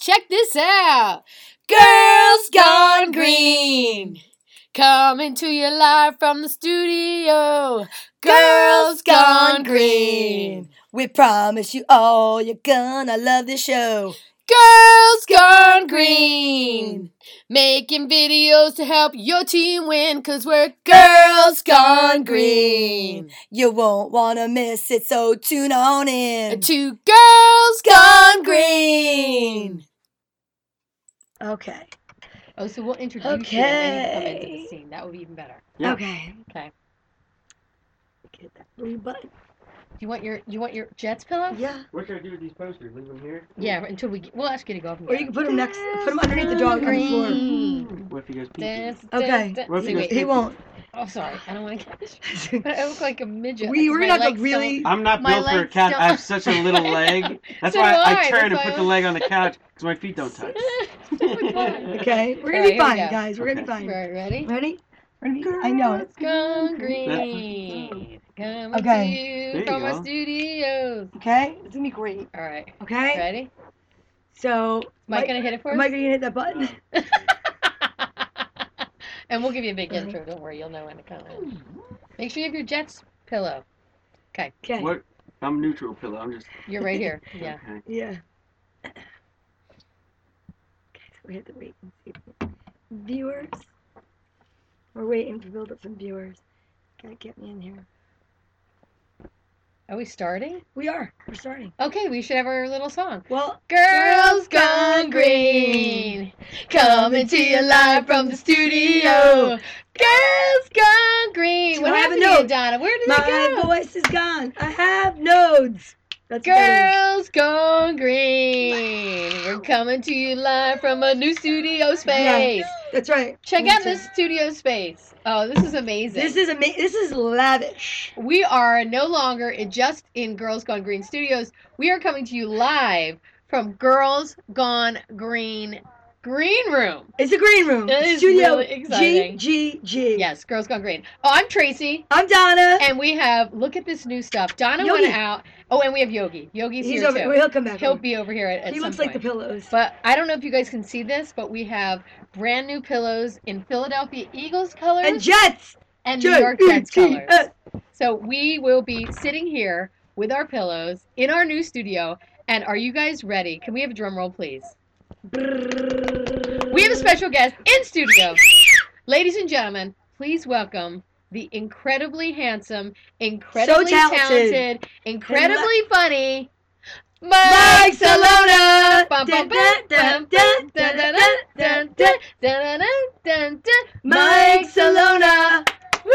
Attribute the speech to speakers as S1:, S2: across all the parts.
S1: Check this out. Girls Gone Green. Coming to you live from the studio. Girls Gone Green.
S2: We promise you all you're gonna love this show.
S1: Girls Gone Green. Making videos to help your team win, cause we're Girls Gone Green.
S2: You won't wanna miss it, so tune on in.
S1: And two Girls Gone Green.
S2: Okay.
S1: Oh, so we'll introduce
S2: you and then come into the Okay.
S1: scene. That would be even better.
S3: Yeah.
S2: Okay.
S1: Okay.
S2: Get that blue button.
S1: Do you want your you want your Jets pillow?
S2: Yeah.
S3: What should I do with these posters? Leave them here?
S1: Yeah, until we well, that's gonna go up. and
S2: Or you
S1: down.
S2: can put them next, put them underneath the dog on the floor.
S1: Green.
S3: What if he goes pee?
S1: Dance,
S2: Okay.
S1: dance,
S3: What
S1: dance.
S3: if
S1: See,
S3: he goes
S1: wait.
S2: He won't.
S1: Oh, sorry. I don't want to get. But I look like a midget.
S2: We
S1: like,
S2: we're
S1: my
S2: not gonna
S1: legs
S2: really.
S3: I'm not
S1: My
S3: built for a
S1: legs
S3: couch.
S1: don't-
S3: I have such a little leg. That's
S1: So
S3: why
S1: do
S3: I,
S1: I.
S3: turn
S1: That's
S3: and
S1: why
S3: put
S1: I
S3: the
S1: was-
S3: leg on the couch because my feet don't touch.
S1: don't- So much fun.
S2: Okay. We're gonna
S1: Alright,
S2: be
S1: here we
S2: fine,
S1: go.
S2: guys. We're gonna be
S3: Okay.
S2: fine.
S1: Right, ready?
S2: Ready? Ready? I know it.
S1: Gone green. Coming
S2: Okay.
S1: to
S3: There
S1: you
S3: you
S1: from our
S3: go.
S1: studios.
S2: Okay. It's gonna be great.
S1: All right.
S2: Okay.
S1: Ready?
S2: So.
S1: Mike, gonna hit it for us?
S2: Mike, are you gonna hit that button?
S1: and we'll give you a big
S2: Okay.
S1: intro. Don't worry, you'll know when to come in. Make sure you have your Jets pillow.
S2: Okay.
S3: What? I'm neutral pillow. I'm just.
S1: You're right here. Yeah.
S3: Okay.
S2: Yeah. Okay, so we have to wait and see. Viewers. We're waiting for build up from viewers. Gotta get me in here.
S1: Are we starting?
S2: We are. We're starting.
S1: Okay, we should have our little song.
S2: Well,
S1: Girls Gone Green, coming to you live from the studio. Girls Gone Green.
S2: Do
S1: What
S2: I have a
S1: happened to you,
S2: note?
S1: Donna? Where did
S2: my
S1: it go?
S2: voice is gone. I have nodes. That's better.
S1: Girls Gone Green. We're coming to you live from a new studio space.
S2: That's right.
S1: Check out
S2: That's
S1: this
S2: right.
S1: studio space. Oh, this is amazing.
S2: This is amazing. This is lavish.
S1: we are no longer in- just in Girls Gone Green Studios. We are coming to you live from Girls Gone Green Green Room.
S2: It's a green room.
S1: That
S2: It's
S1: is
S2: Studio
S1: really exciting.
S2: G G G.
S1: Yes, Girls Gone Green. Oh, I'm Tracy,
S2: I'm Donna.
S1: and we have look at this new stuff. Donna
S2: Yogi.
S1: went out. Oh, and we have Yogi. Yogi's
S2: He's
S1: here
S2: over.
S1: too.
S2: He'll come back.
S1: He'll
S2: over.
S1: be over here at, at
S2: he
S1: some
S2: looks like the
S1: point.
S2: pillows.
S1: but I don't know if you guys can see this, but we have brand new pillows in Philadelphia Eagles colors
S2: and Jets.
S1: and New
S2: J
S1: York Jets
S2: E T
S1: colors.
S2: S.
S1: So we will be sitting here with our pillows in our new studio. And are you guys ready? Can we have a drum roll, please? We have a special guest in studio. Ladies and gentlemen, please welcome the incredibly handsome, incredibly
S2: talented.
S1: talented, incredibly funny Mike
S2: Mike
S1: Salona.
S2: Salona.
S1: Bum, bum, bum, bum, dun, dun, dun, dun, dun, dun, dun, dun, dun, dun.
S2: Mike Salona. Woo!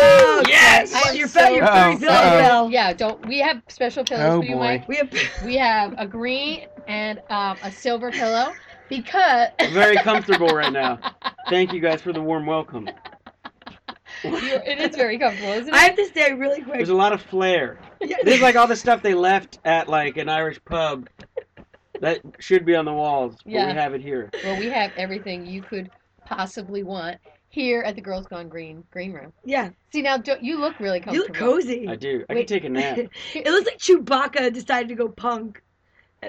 S2: Oh,
S3: Yes!
S2: I
S1: I am
S2: am Oh, your
S1: so-
S2: your furry
S3: Uh-oh,
S2: pillow
S3: uh-oh.
S2: bell.
S1: Yeah, don't we have special pillows
S3: Oh,
S1: for you,
S3: boy.
S1: Mike?
S2: We have
S1: We have a green and um, a silver pillow because
S3: I'm very comfortable right now. Thank you guys for the warm welcome.
S1: You're- it is very comfortable, isn't it?
S2: I have to stay really quick.
S3: There's a lot of flair. This is like all the stuff they left at like an Irish pub. That should be on the walls, but
S1: Yeah.
S3: we have it here.
S1: Well, we have everything you could possibly want here at the Girls Gone Green green room.
S2: yeah,
S1: See now, don't, you look really comfortable.
S2: you look cozy.
S3: I do. I
S1: Wait.
S3: could take a nap.
S2: it looks like Chewbacca decided to go punk.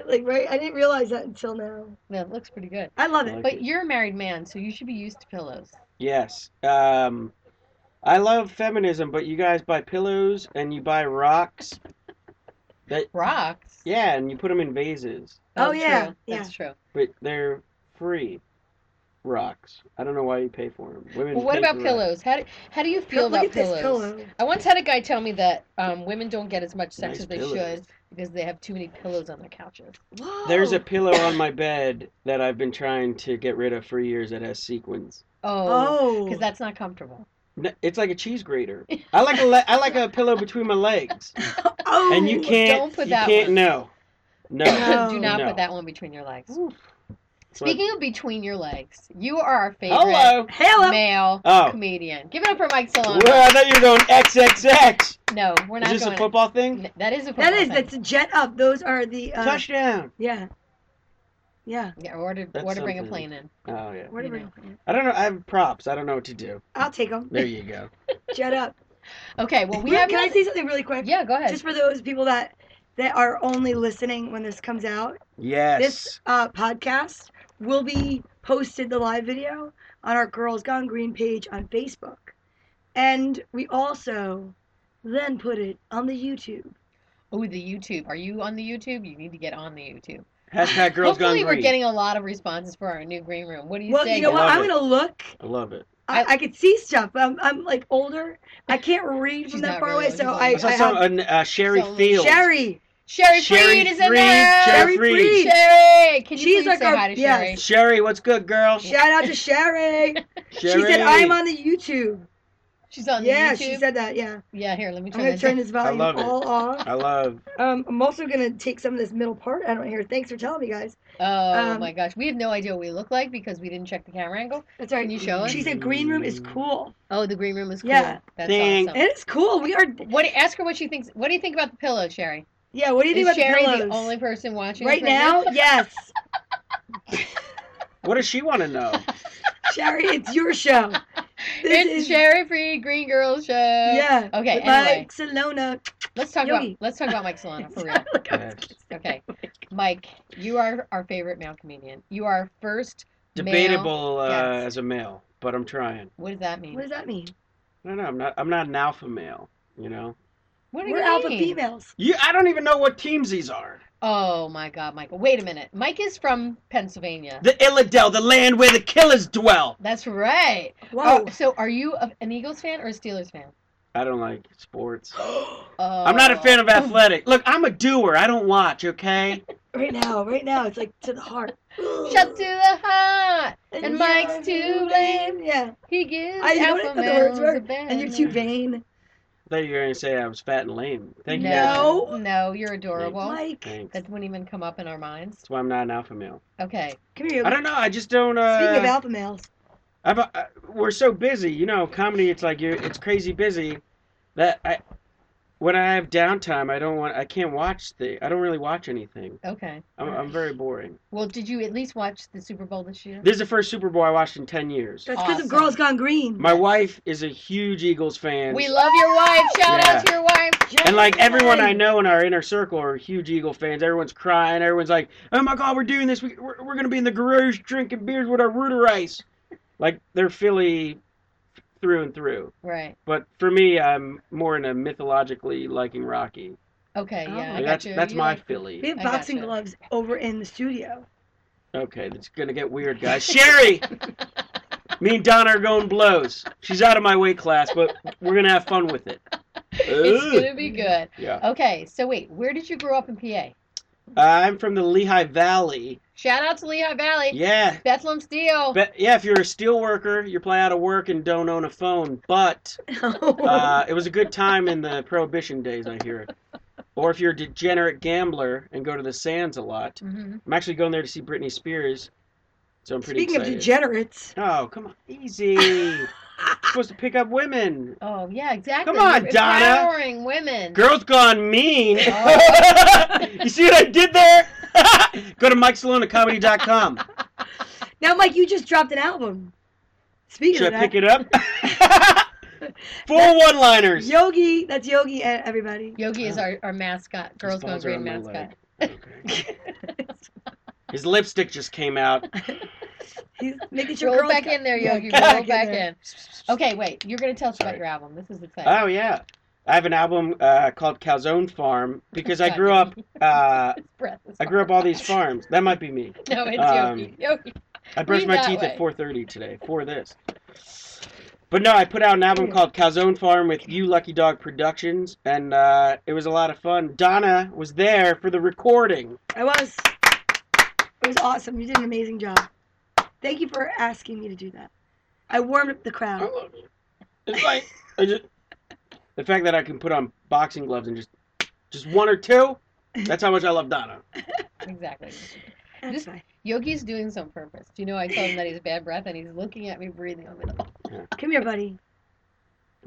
S2: Like right, I didn't realize that until now.
S1: That looks pretty good.
S2: I love
S3: I
S2: it.
S3: like
S1: But you're a married man, so you should be used to pillows.
S3: Yes. Um, I love feminism, but you guys buy pillows and you buy rocks. That
S1: Rocks.
S3: yeah, and you put them in vases,
S2: Oh, yeah,
S1: true.
S2: yeah.
S1: That's true.
S3: but they're free rocks. I don't know why you pay for them. Women.
S1: Well, what
S3: pay
S1: about
S3: for
S1: pillows? How do, how do you feel
S2: Look
S1: about
S2: at
S1: pillows?
S2: this pillow.
S1: I once had a guy tell me that um, women don't get as much sex
S3: Nice
S1: as they
S3: pillows.
S1: should because they have too many pillows on their couches.
S2: Whoa.
S3: rocks. There's a pillow on my bed that I've been trying to get rid of for years that has sequins.
S1: Oh,
S2: oh.
S1: because that's not comfortable.
S3: N- It's like a cheese grater. I like a le- I like a pillow between my legs,
S2: oh.
S3: and you can't
S1: Don't put
S3: you
S1: that
S3: can't
S1: one.
S3: no, no.
S2: No.
S1: do not
S3: No.
S1: put that one between your legs.
S3: Oof.
S1: Speaking of between your legs, you are our favorite
S3: Hello.
S2: Hello.
S1: male
S3: Oh.
S1: comedian. Give it up for Mike Solano.
S3: Well, I thought you were going XXX.
S1: No, we're not
S3: Is this
S1: going.
S3: a football thing?
S1: N- That is a football.
S2: That is
S1: thing.
S2: that's a jet up. Those are the uh,
S3: Touchdown.
S2: Yeah. Yeah.
S1: Yeah, or to,
S3: That's
S1: or to bring a
S3: something.
S1: plane in.
S3: Oh yeah.
S2: Whatever.
S1: You
S3: I don't know. I have props. I don't know what to do.
S2: I'll take them.
S3: There you go.
S2: Jet up.
S1: Okay, well we
S2: Wait,
S1: have.
S2: can I
S1: nothing-
S2: say something really quick?
S1: Yeah, go ahead.
S2: Just for those people that that are only listening when this comes out,
S3: Yes.
S2: this uh, podcast will be posted the live video on our Girls Gone Green page on Facebook. And we also then put it on the YouTube.
S1: Oh, the YouTube. Are you on the YouTube? You need to get on the YouTube.
S3: Hashtag girls gone
S1: Hopefully,
S3: green.
S1: we're getting a lot of responses for our new green room. What do you
S2: well,
S1: say?
S2: you know what?
S3: Love
S2: I'm
S3: it.
S2: going to look.
S3: I love it.
S2: I,
S1: I-
S2: I could see stuff, but I'm, I'm like older. I can't read
S1: She's
S2: from
S1: not
S2: that far
S1: really
S2: away, so
S1: old.
S2: I,
S3: I
S2: I
S1: It's
S3: saw some,
S2: have
S3: an- uh, Sherry
S1: So-
S3: Fields.
S2: Sherry.
S1: Sherry,
S3: Sherry
S1: Freed is in
S3: Freed,
S1: there.
S3: Sherry
S2: Sherry
S3: Freed.
S2: Freed.
S1: Sherry, can you
S2: She's
S1: please
S2: like
S1: say
S2: our-
S1: hi to
S2: yes.
S1: Sherry?
S3: Sherry, what's good, girl?
S2: Shout out to Sherry.
S3: Sherry.
S2: She said, I'm on the YouTube.
S1: She's on
S2: yeah,
S1: the YouTube.
S2: she said that. Yeah.
S1: yeah, here, let me
S2: I'm
S1: turn
S2: going
S1: that
S2: to turn
S1: down.
S2: this volume
S3: love it.
S2: all off.
S3: I love.
S2: Um, I'm also going to take some of this middle part out of here. Thanks for telling me, guys.
S1: Oh
S2: um,
S1: my gosh, we have no idea what we look like because we didn't check the camera angle.
S2: That's all right.
S1: Can you show us?
S2: She said green room is cool.
S1: Oh, the green room is cool.
S2: Yeah.
S1: That's
S3: Thank-
S1: awesome.
S2: It is cool. We are.
S1: What? Ask her what she thinks. What do you think about the pillow, Sherry?
S2: Yeah. What do you think
S1: is
S2: about
S1: Sherry
S2: the
S1: the,
S2: pillows?
S1: only person watching us
S2: right now? yes.
S3: What does she want to know?
S1: Oh
S2: Sherry, it's your show. This
S1: it's
S2: is-
S1: Sherry Free Green Girl Show.
S2: Yeah.
S1: Oh, Okay,
S2: With
S1: anyway.
S2: Mike Salona.
S1: Let's talk
S2: Yogi.
S1: about let's talk about Mike Solano for real.
S2: Look, I was
S3: Yes.
S2: kidding.
S1: Okay, Mike, you are our favorite male comedian. You are our first. Male.
S3: Debatable uh,
S1: Yes.
S3: as a male, but I'm trying.
S1: What does that mean?
S2: What does that mean?
S3: No, no, I'm not. I'm not an alpha male. You know.
S1: What do
S2: We're
S1: you
S2: alpha
S1: mean?
S2: females.
S3: You. I don't even know what teams these are.
S1: Oh my God, Michael! Wait a minute. Mike is from Pennsylvania.
S3: The Illidale, the land where the killers dwell.
S1: That's right.
S2: Whoa.
S1: Oh, so are you a- an Eagles fan or a Steelers fan?
S3: I don't like sports.
S1: Oh.
S3: I'm not a fan of athletic. Look, I'm a doer. I don't watch. Okay.
S2: Right now, right now, it's like to the heart.
S1: Oh. Shut to the heart. and Mike's
S2: you're
S1: to blame.
S2: Yeah.
S1: He gives
S2: I know
S1: alpha
S2: what the
S1: males
S2: words were,
S1: a bad
S2: And you're
S1: name.
S2: too vain.
S3: I thought you were gonna say I was fat and lame. Thank you. guys.
S2: No.
S1: No, no, you're adorable.
S2: Mike,
S3: Thanks.
S1: That wouldn't even come up in our minds.
S3: That's why I'm not an alpha male.
S1: Okay.
S2: come here.
S3: I don't know. I just don't. Uh,
S2: Speaking of alpha males,
S3: I've, uh, we're so busy, you know. Comedy, it's like you, it's crazy busy. That I, when I have downtime, I don't want, I can't watch the, I don't really watch anything.
S1: Okay.
S3: I'm, I'm very boring.
S1: Well, did you at least watch the Super Bowl this year?
S3: This is the first Super Bowl I watched in ten years.
S2: that's because
S1: Awesome.
S2: of Girls Gone Green.
S3: My wife is a huge Eagles fan,
S1: We love your wife. Shout out to your wife.
S3: and like everyone I know in our inner circle are huge Eagle fans. Everyone's crying. Everyone's like, "Oh my God, we're doing this. We, we're, we're gonna be in the garage drinking beers with our rooter ice." Like they're Philly through and through.
S1: Right.
S3: But for me, I'm more in a mythologically liking Rocky.
S1: Okay.
S2: Oh.
S1: Yeah. I
S3: Like,
S1: got
S3: that's
S1: you.
S3: that's
S1: You
S3: my
S1: like-
S2: We
S3: Philly.
S2: have
S1: I
S2: boxing
S1: gotcha.
S2: gloves over in the studio.
S3: Okay, that's gonna get weird, guys. Sherry, me and Donna are going blows. She's out of my weight class, but we're gonna have fun with it.
S1: It's
S3: Ooh.
S1: gonna be good.
S3: Yeah,
S1: Okay. So wait, where did you grow up in PA?
S3: Uh, I'm from the Lehigh Valley.
S1: Shout out to Lehigh Valley.
S3: Yeah,
S1: Bethlehem Steel.
S3: but yeah. If you're a steel worker, you're probably out of work and don't own a phone. But uh, it was a good time in the Prohibition days, I hear. Or if you're a degenerate gambler and go to the Sands a lot,
S1: hmm
S3: I'm actually going there to see Britney Spears, so I'm pretty
S2: Speaking of
S3: excited.
S2: degenerates,
S3: oh, come on, easy. You're supposed to pick up women.
S1: Oh yeah, exactly.
S3: Come on,
S1: You're
S3: Donna.
S1: Empowering women.
S3: Girls gone mean.
S1: Oh.
S3: you see what I did there? Go to MikeSalonaComedy.com.
S2: now Mike, you just dropped an album. Speaking of
S3: Should I
S2: that,
S3: pick it up? Four one-liners.
S2: Yogi, that's Yogi, e- everybody.
S1: Yogi is our, our mascot. Girls
S3: His
S1: Gone
S3: balls are
S1: Green
S3: on my
S1: mascot.
S3: leg. Okay. His lipstick just came out.
S2: He's making sure
S1: Roll
S2: girls
S1: back
S2: got-
S1: in there,
S2: yeah,
S1: Yogi.
S2: get
S1: Roll
S2: in
S1: back
S2: there.
S1: in. Okay, wait. You're gonna tell us about
S3: Sorry.
S1: your album. This is the thing.
S3: Oh yeah, I have an album uh, called Calzone Farm because I
S1: God,
S3: grew up.
S1: Yogi.
S3: Uh,
S1: His breath is
S3: I grew up all these farms. That might be me.
S1: No, it's
S3: Um,
S1: Yogi. Yogi.
S3: I brushed
S1: Lean
S3: my
S1: that
S3: teeth
S1: way.
S3: at 4:30 today for this. But no, I put out an
S1: Hmm.
S3: album called Calzone Farm with You Lucky Dog Productions, and uh, it was a lot of fun. Donna was there for the recording.
S2: I was. It was awesome. You did an amazing job. Thank you for asking me to do that. I warmed up the
S1: Oh,
S2: crowd.
S3: love you. It's like I just, the fact that I can put on boxing gloves and just just one or two. That's how much I love Donna.
S1: Exactly.
S2: That's
S1: This-
S2: fine.
S1: Yogi's doing some purpose. Do you know I told him that he's bad breath and he's looking at me breathing on me.
S2: Come here, buddy.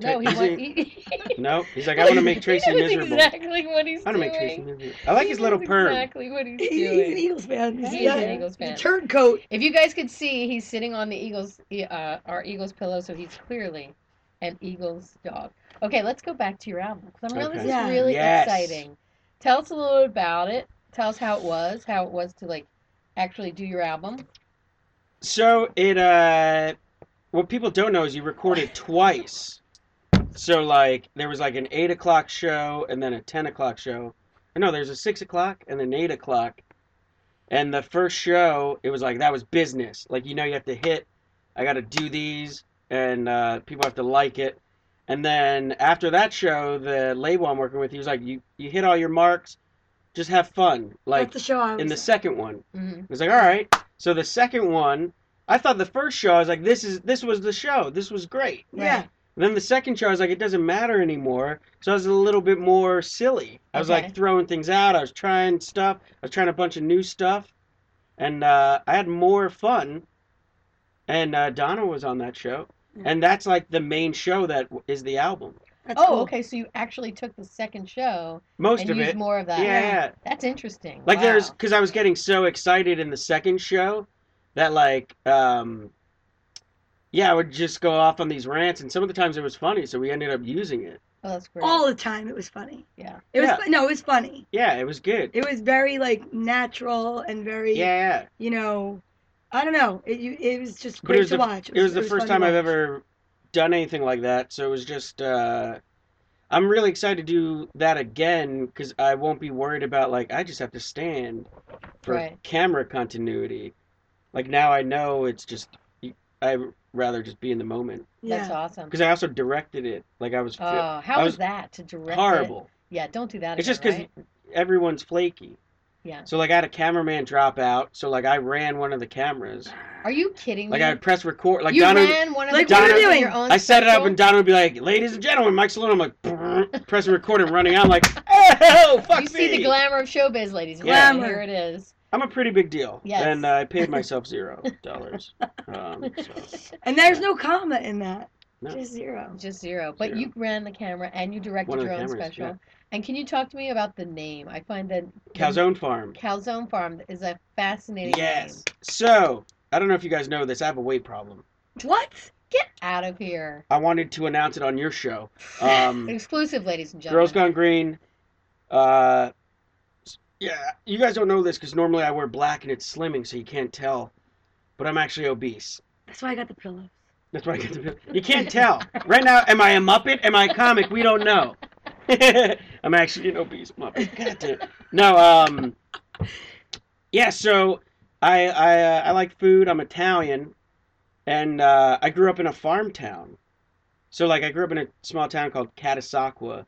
S1: No, he
S3: Is
S1: won't.
S3: he-
S1: He,
S3: No, he's like I want to make Tracy
S1: That's
S3: miserable.
S1: Exactly what he's
S3: I want to
S1: doing.
S3: make Tracy miserable. I like his little
S1: That's
S3: perm.
S1: Exactly what he's
S2: He- He's an
S1: doing.
S2: Eagles fan.
S1: He
S2: He's,
S1: is an
S2: a-
S1: Eagles
S2: he's a
S1: fan.
S2: turncoat.
S1: If you guys could see, he's sitting on the Eagles, uh, our Eagles pillow, so he's clearly an Eagles dog. Okay, let's go back to your album because I'm really,
S3: Okay.
S1: this
S2: Yeah.
S1: is really
S3: Yes.
S1: exciting. Tell us a little about it. Tell us how it was, how it was to like actually do your album.
S3: So it uh what people don't know is you record it twice. So like there was like an eight o'clock show and then a ten o'clock show. Or No, there's a six o'clock and an eight o'clock. And the first show, it was like that was business. Like you know you have to hit I gotta do these and uh, people have to like it. And then after that show, the label I'm working with, he was like, You you hit all your marks, just have fun. Like
S2: That's the show I was
S3: in the
S2: at.
S3: second one.
S1: Mhm.
S3: I was like, all right. So the second one, I thought the first show, I was like, this is this was the show. This was great.
S2: Yeah.
S1: Right.
S3: And then the second show, I was like, it doesn't matter anymore. So I was a little bit more silly. I was
S1: Okay.
S3: like throwing things out. I was trying stuff. I was trying a bunch of new stuff, and uh, I had more fun. And uh, Donna was on that show,
S2: Yeah.
S3: and that's like the main show that w- is the album.
S2: That's
S1: Oh,
S2: cool.
S1: okay. So you actually took the second show
S3: Most
S1: and
S3: of
S1: used
S3: it.
S1: more of that.
S3: Yeah, yeah.
S1: That's interesting.
S3: Like
S1: wow.
S3: there's because I was getting so excited in the second show that like um yeah I would just go off on these rants and some of the times it was funny so we ended up using it.
S1: Oh, that's great.
S2: All the time it was funny.
S1: Yeah.
S2: It was
S3: Yeah.
S2: fu- no, it was funny.
S3: Yeah, it was good.
S2: It was very like natural and very
S3: Yeah, yeah.
S2: you know, I don't know. It you, it was just
S3: But it
S2: great
S3: was
S2: to
S3: the-
S2: watch.
S3: It was the
S2: fun
S3: first
S2: to
S3: time I've
S2: watch.
S3: ever done anything like that so it was just uh I'm really excited to do that again because I won't be worried about like I just have to stand for
S1: Right.
S3: camera continuity. Like now I know it's just I'd rather just be in the moment.
S1: That's
S2: Yeah.
S1: awesome.
S3: because I also directed it. Like I was fi-
S1: Oh, how
S3: I
S1: was,
S3: was
S1: that to direct? it?
S3: horrible.
S1: Yeah, don't do that.
S3: It's
S1: again,
S3: just because
S1: right?
S3: everyone's flaky.
S1: Yeah.
S3: So like I had a cameraman drop out. So like I ran one of the cameras.
S1: Are you kidding
S3: Like
S1: me?
S3: I would press record. Like
S1: you
S3: Donna,
S1: ran one of
S2: Like,
S1: the
S3: what
S1: videos
S3: are you
S1: on
S2: doing?
S1: your own
S3: I set it up
S1: special?
S3: and Donna would be like, "Ladies and gentlemen, Mike Salone." I'm like, brrr, pressing record and running out. I'm like, oh fuck
S1: You
S3: me.
S1: see the glamour of showbiz, ladies. and
S3: Yeah.
S1: gentlemen. Here it is.
S3: I'm a pretty big deal.
S1: Yes.
S3: And uh, I paid myself zero dollars. um, so.
S2: And there's no comma in that.
S3: No.
S2: Just zero.
S1: Just zero. But
S3: Zero.
S1: you ran the camera and you directed
S3: One of
S1: your
S3: the
S1: own
S3: cameras,
S1: special.
S3: yeah.
S1: And can you talk to me about the name? I find that the
S3: Calzone Farm.
S1: Calzone Farm is a fascinating
S3: Yes. So I don't know if you guys know this. I have a weight problem.
S2: What?
S1: name. Out of here.
S3: I wanted to announce it on your show. Um,
S1: Exclusive, ladies and gentlemen.
S3: Girls Gone Green. Uh, yeah, you guys don't know this because normally I wear black and it's slimming, so you can't tell. But I'm actually obese.
S2: That's why I got the pillows.
S3: That's why I get to. You can't tell right now. Am I a muppet? Am I a comic? We don't know. I'm actually an obese muppet. God damn. No. Um. Yeah. So I I uh, I like food. I'm Italian, and uh, I grew up in a farm town. So like I grew up in a small town called Catasauqua,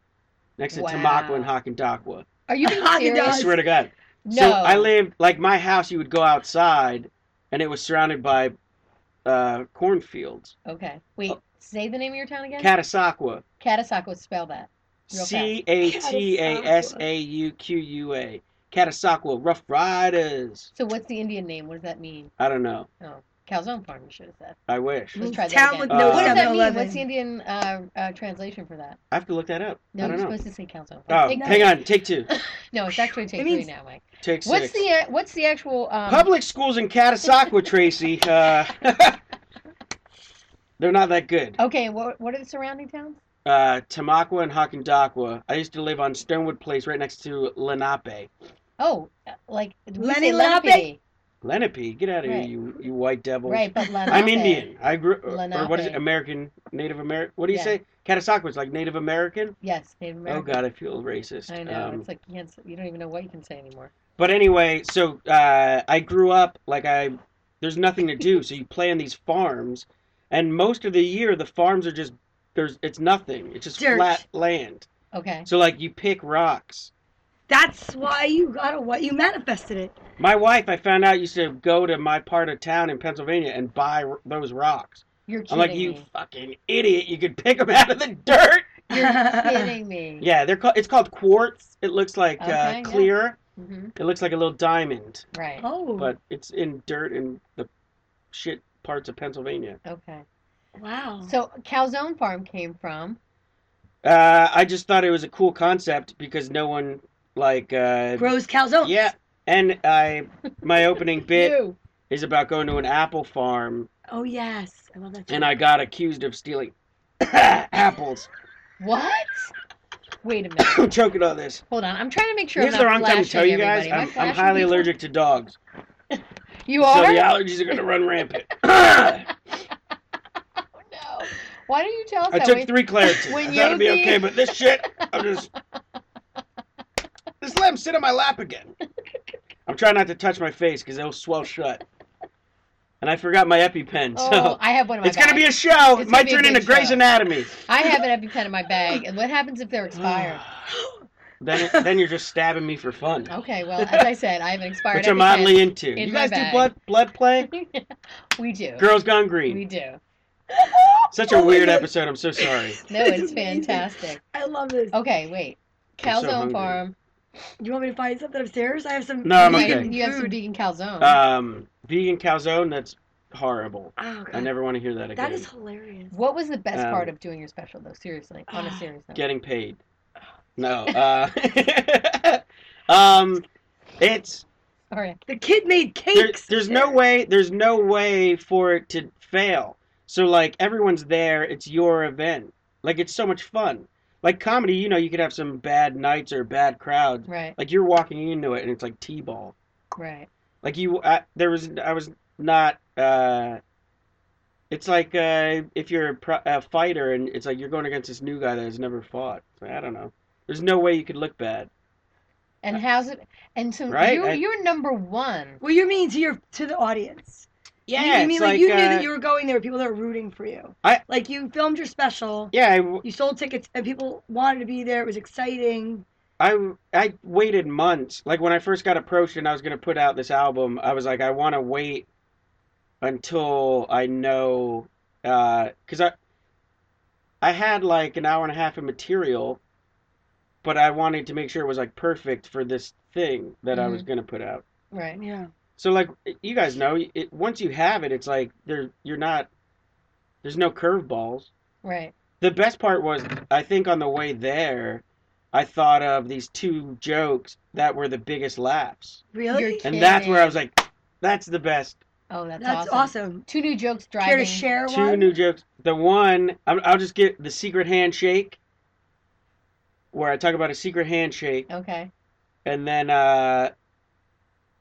S3: next to
S1: Wow.
S3: Tamaqua and Hockendackwa.
S1: Are you being
S2: Haagen-Dazs.
S3: I
S1: serious?
S3: swear to God.
S1: No.
S3: So I lived like my house. You would go outside, and it was surrounded by uh, cornfields.
S1: Okay. Wait.
S3: Oh.
S1: Say the name of your town again.
S3: Catasauqua.
S1: Catasauqua. Spell that. Real fast.
S3: C A T A S A U Q U A. Catasauqua Rough Riders.
S1: So what's the Indian name? What does that mean?
S3: I don't know.
S1: Oh, Calzone Farm. You should have said.
S3: I wish.
S1: Let's
S2: Mm,
S1: try that
S2: town
S1: again.
S2: with
S3: no
S1: what does that mean?
S2: 7-Eleven.
S1: What's the Indian uh, uh, translation for that?
S3: I have to look that up.
S1: No,
S3: I
S1: you're
S3: don't know.
S1: supposed to say Calzone Farm.
S3: Oh,
S1: Take-
S3: hang on. Take two.
S1: No, it's actually take
S2: It
S1: three
S2: means-
S1: now, Mike.
S3: Take six.
S1: What's the uh, what's the actual um,
S3: Public schools in Catasauqua, Tracy. Uh, they're not that good.
S1: Okay, what what are the surrounding towns?
S3: Uh, Tamaqua and Hockendackwa. I used to live on Stonewood Place right next to Lenape.
S1: Oh, like we
S2: Lenny
S1: say Lenape.
S3: Lenape? Get out of
S1: Right.
S3: here, you, you white devils.
S1: Right, but Lenape.
S3: I'm Indian. I grew, uh, or what is
S1: Lenape.
S3: it? American, Native American. What do you
S1: Yeah.
S3: say? Catasauqua is like Native American.
S1: Yes, Native
S3: Oh
S1: American.
S3: god, I feel racist.
S1: I know.
S3: Um,
S1: it's like you can't. s- You don't even know what you can say anymore.
S3: but anyway, so uh, I grew up like I. There's nothing to do, so you play on these farms, and most of the year the farms are just there's it's nothing. It's just
S2: Dirt.
S3: flat land.
S1: Okay.
S3: So like you pick rocks.
S2: That's why you got a what you manifested it.
S3: My wife, I found out, used to go to my part of town in Pennsylvania and buy r- those rocks.
S1: You're kidding
S3: I'm like, you
S1: me.
S3: fucking idiot! You could pick them out of the dirt.
S1: kidding me.
S3: Yeah, they're called. It's called quartz. It looks like
S1: Okay, yeah.
S3: uh, clear.
S1: hmm
S3: It looks like a little diamond,
S1: Right.
S2: oh
S3: but it's in dirt in the shit parts of Pennsylvania.
S1: Okay.
S2: wow.
S1: So Calzone Farm came from.
S3: Uh, I just thought it was a cool concept because no one like uh,
S2: Grows calzones.
S3: yeah. And I my opening bit
S1: You.
S3: is about going to an apple farm,
S2: Oh yes. I love that.
S3: and I got accused of stealing apples.
S1: What? Wait a minute.
S3: I'm choking on this.
S1: Hold on. I'm trying to make sure
S3: Here's
S1: I'm
S3: the
S1: not
S3: wrong time
S1: flashing
S3: to tell you guys.
S1: everybody. Am I
S3: I'm, I'm
S1: flashing
S3: highly
S1: people?
S3: allergic to dogs,
S1: You
S3: so
S1: are?
S3: the allergies are gonna run rampant. I
S1: Oh, no. Why don't you tell us that?
S3: took
S1: Wait-
S3: three Claritin.
S1: when
S3: I thought it'd be
S1: Yogi-
S3: okay, but this shit, I'm just. Just let him sit on my lap again. I'm trying not to touch my face because it'll swell shut. And I forgot my EpiPen, so
S1: Oh, I have one in my
S3: it's gonna
S1: bag.
S3: be a show.
S1: It's
S3: It might
S1: gonna be a
S3: turn into
S1: big
S3: Grey's
S1: show.
S3: Anatomy.
S1: I have an EpiPen in my bag. And what happens if they're expired?
S3: then, then you're just stabbing me for fun,
S1: okay, well, as I said, I have an expired
S3: which
S1: Oh, EpiPen.
S3: I'm oddly into.
S1: in
S3: you
S1: my
S3: guys do
S1: bag.
S3: blood blood play?
S1: we do.
S3: Girls Gone Green.
S1: We do.
S3: Such a
S2: Oh my
S3: weird
S2: God.
S3: episode. I'm so sorry.
S1: No,
S2: This
S1: it's
S2: is amazing.
S1: fantastic.
S2: I love this.
S1: Okay, wait.
S3: so
S1: Calzone
S3: hungry.
S1: Farm.
S2: Do you want me to find something upstairs? I have some.
S3: No, I'm
S1: You
S2: vegan
S1: have-
S3: okay.
S1: You have some
S2: food.
S1: vegan calzone.
S3: Um, vegan calzone. That's horrible.
S2: Oh, God.
S3: I never want to hear that again.
S2: That is hilarious.
S1: what was the best
S3: um,
S1: part of doing your special, though? Seriously, on a
S2: Ah,
S1: serious note.
S3: Getting paid. No. Uh, um, it's
S1: All right.
S2: The kid made
S3: there,
S2: cakes.
S3: there's no way. There's no way for it to fail. So like everyone's there. It's your event. Like it's so much fun. Like comedy, you know, you could have some bad nights or bad crowds.
S1: Right,
S3: Like you're walking into it and it's like t-ball.
S1: right.
S3: Like you, I, there was, I was not. Uh, it's like uh, if you're a, pro, a fighter and it's like you're going against this new guy that has never fought. It's like, I don't know. There's no way you could look bad.
S1: And how's it? And so
S3: Uh, Right,
S1: you're,
S3: I-
S1: you're number one.
S2: Well, you mean to your to the audience. You- you,
S3: it's
S2: mean like, you knew
S3: uh,
S2: that you were going there. were People that were rooting for you.
S3: I-
S2: like you filmed your special.
S3: yeah, I w-
S2: You sold tickets, and people wanted to be there. It was exciting.
S3: I, I waited months. Like when I first got approached and I was gonna put out this album, I was like, I want to wait until I know, uh, cause I, I had like an hour and a half of material, but I wanted to make sure it was like perfect for this thing that I was gonna put out.
S1: Right.
S2: Yeah.
S3: So like you guys know, it, once you have it, it's like there you're not, there's no curveballs.
S1: Right.
S3: The best part was, I think on the way there, I thought of these two jokes that were the biggest laughs.
S2: Really?
S1: You're
S3: And that's where I was
S1: Kidding.
S3: like, that's the best.
S1: Oh, that's,
S2: That's
S1: awesome.
S2: awesome.
S1: Two new jokes driving.
S2: Care to share
S3: Two
S2: one?
S3: new jokes. The one, I'm, I'll just get the secret handshake, where I talk about a secret handshake,
S1: Okay.
S3: and then uh,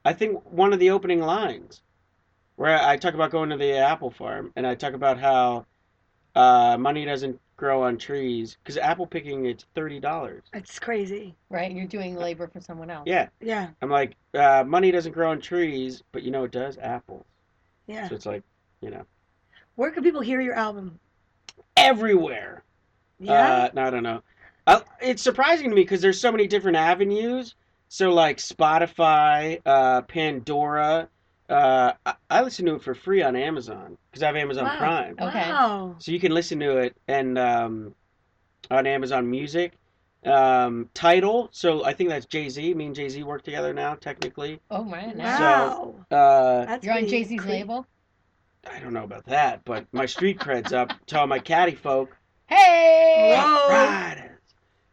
S3: I think one of the opening lines, where I talk about going to the apple farm, and I talk about how uh, money doesn't grow on trees, because apple picking it's thirty dollars.
S2: It's crazy.
S1: Right. You're doing labor for someone else.
S3: Yeah,
S2: Yeah.
S3: I'm like, uh, money doesn't grow on trees, but you know it does, apples.
S2: Yeah.
S3: So it's like, you know,
S2: Where can people hear your album?
S3: everywhere.
S2: Yeah.
S3: Uh, no, I don't know. Uh, it's surprising to me because there's so many different avenues. So like Spotify, uh, Pandora. Uh, I, I listen to it for free on Amazon because I have Amazon
S2: Wow.
S3: Prime,
S1: okay.
S2: Wow.
S3: so you can listen to it and um, on Amazon Music. Um, title. So I think that's Jay Z. Me and Jay Z work together now, technically.
S1: Oh, right. Now.
S2: Wow.
S3: Uh,
S2: That's
S1: You're on
S2: pretty
S1: Jay Z's
S2: cre-
S1: label.
S3: I don't know about that, but my street cred's up. Tell my caddy folk.
S1: Hey.
S2: Wow. Oh.
S3: Riders.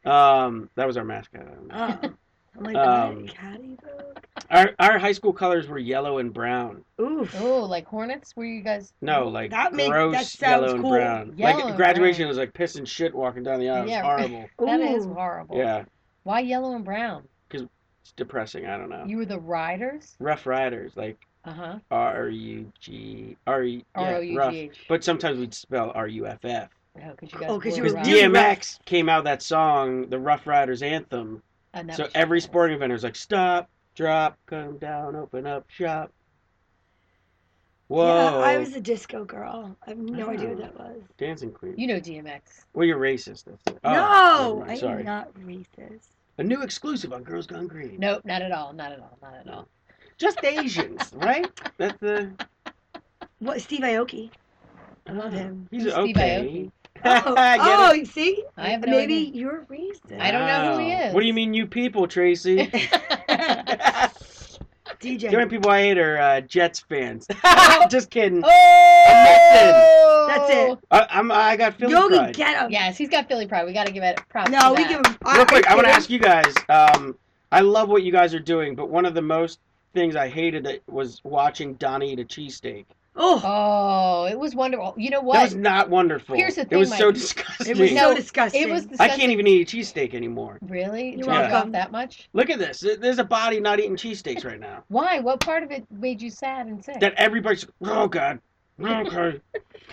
S3: Um, that was our mascot. I don't know.
S2: Oh. I'm like,
S3: Um,
S2: um, caddy dog?
S3: Our our high school colors were yellow and brown.
S2: Oof.
S1: Oh, like hornets? Were you guys?
S3: No, like
S2: That make-
S3: gross
S2: that sounds
S3: yellow and
S2: cool.
S3: brown.
S1: Yellow
S3: like
S1: and
S3: graduation
S1: brown.
S3: was like piss and shit walking down the aisle.
S1: Yeah,
S3: It was
S1: right.
S3: horrible.
S1: That is
S2: Ooh.
S1: horrible.
S3: Yeah,
S1: Why yellow and brown?
S3: it's depressing. I don't know.
S1: You were the riders.
S3: Rough Riders, like
S1: Uh huh.
S3: R U G R E
S1: R O
S3: yeah,
S1: U
S3: rough.
S1: G H.
S3: But sometimes we'd spell R U F F.
S1: Oh, because you guys.
S2: Oh, 'cause you
S1: were
S3: Because
S2: were
S1: rough.
S2: dealing really
S3: DMX came out that song, the Rough Riders anthem.
S1: And that
S3: So
S1: was
S3: every
S1: yours.
S3: sporting event was like, stop, drop, come down, open up shop. Whoa,
S2: Yeah, I was a disco girl. I have no idea what
S3: Oh.
S2: that was.
S3: dancing queen.
S1: You know DMX.
S3: Well, you're racist. That's it. Oh, never
S2: no,
S3: mind,
S2: I
S3: sorry.
S2: am not racist.
S3: A new exclusive on Girls Gone Green.
S1: Nope, not at all. Not at all. Not at all.
S3: Just Asians, right? That's the. uh,
S2: What Steve Aoki? I love him.
S3: He's
S1: Who's Steve
S3: okay.
S2: Oh,
S3: I get
S2: oh
S3: it.
S2: you see?
S1: I have no
S2: Maybe
S1: idea.
S2: you're racist.
S1: I don't know who he
S3: Wow.
S1: is.
S3: What do you mean, you people, Tracy? the only
S2: DJ.
S3: people I hate are uh, Jets fans. Just kidding.
S2: Oh.
S1: Oh,
S2: That's it.
S3: I, I'm. I got Philly
S2: Yogi,
S3: pride.
S2: get him.
S1: Yes, he's got Philly pride. We got to give it props.
S2: No,
S1: to
S2: we
S1: that.
S2: give him.
S3: Real quick, I want to ask you guys. Um, I love what you guys are doing, but one of the most things I hated that was watching Donnie eat a cheesesteak.
S2: Oh,
S1: Oh, it was wonderful. You know
S3: That
S1: what?
S3: was not wonderful.
S1: Here's the
S3: It
S1: thing,
S3: was so
S1: Mike.
S3: disgusting.
S2: it was
S1: No,
S2: so disgusting.
S1: it was the
S3: I can't even eat a cheesesteak anymore.
S1: Really? It
S2: You're
S1: turned you
S3: welcome.
S1: off that much?
S3: Look at this. There- There's a body not eating cheesesteaks right now.
S1: Why? What part of it made you sad and sick?
S3: That everybody's oh god, okay.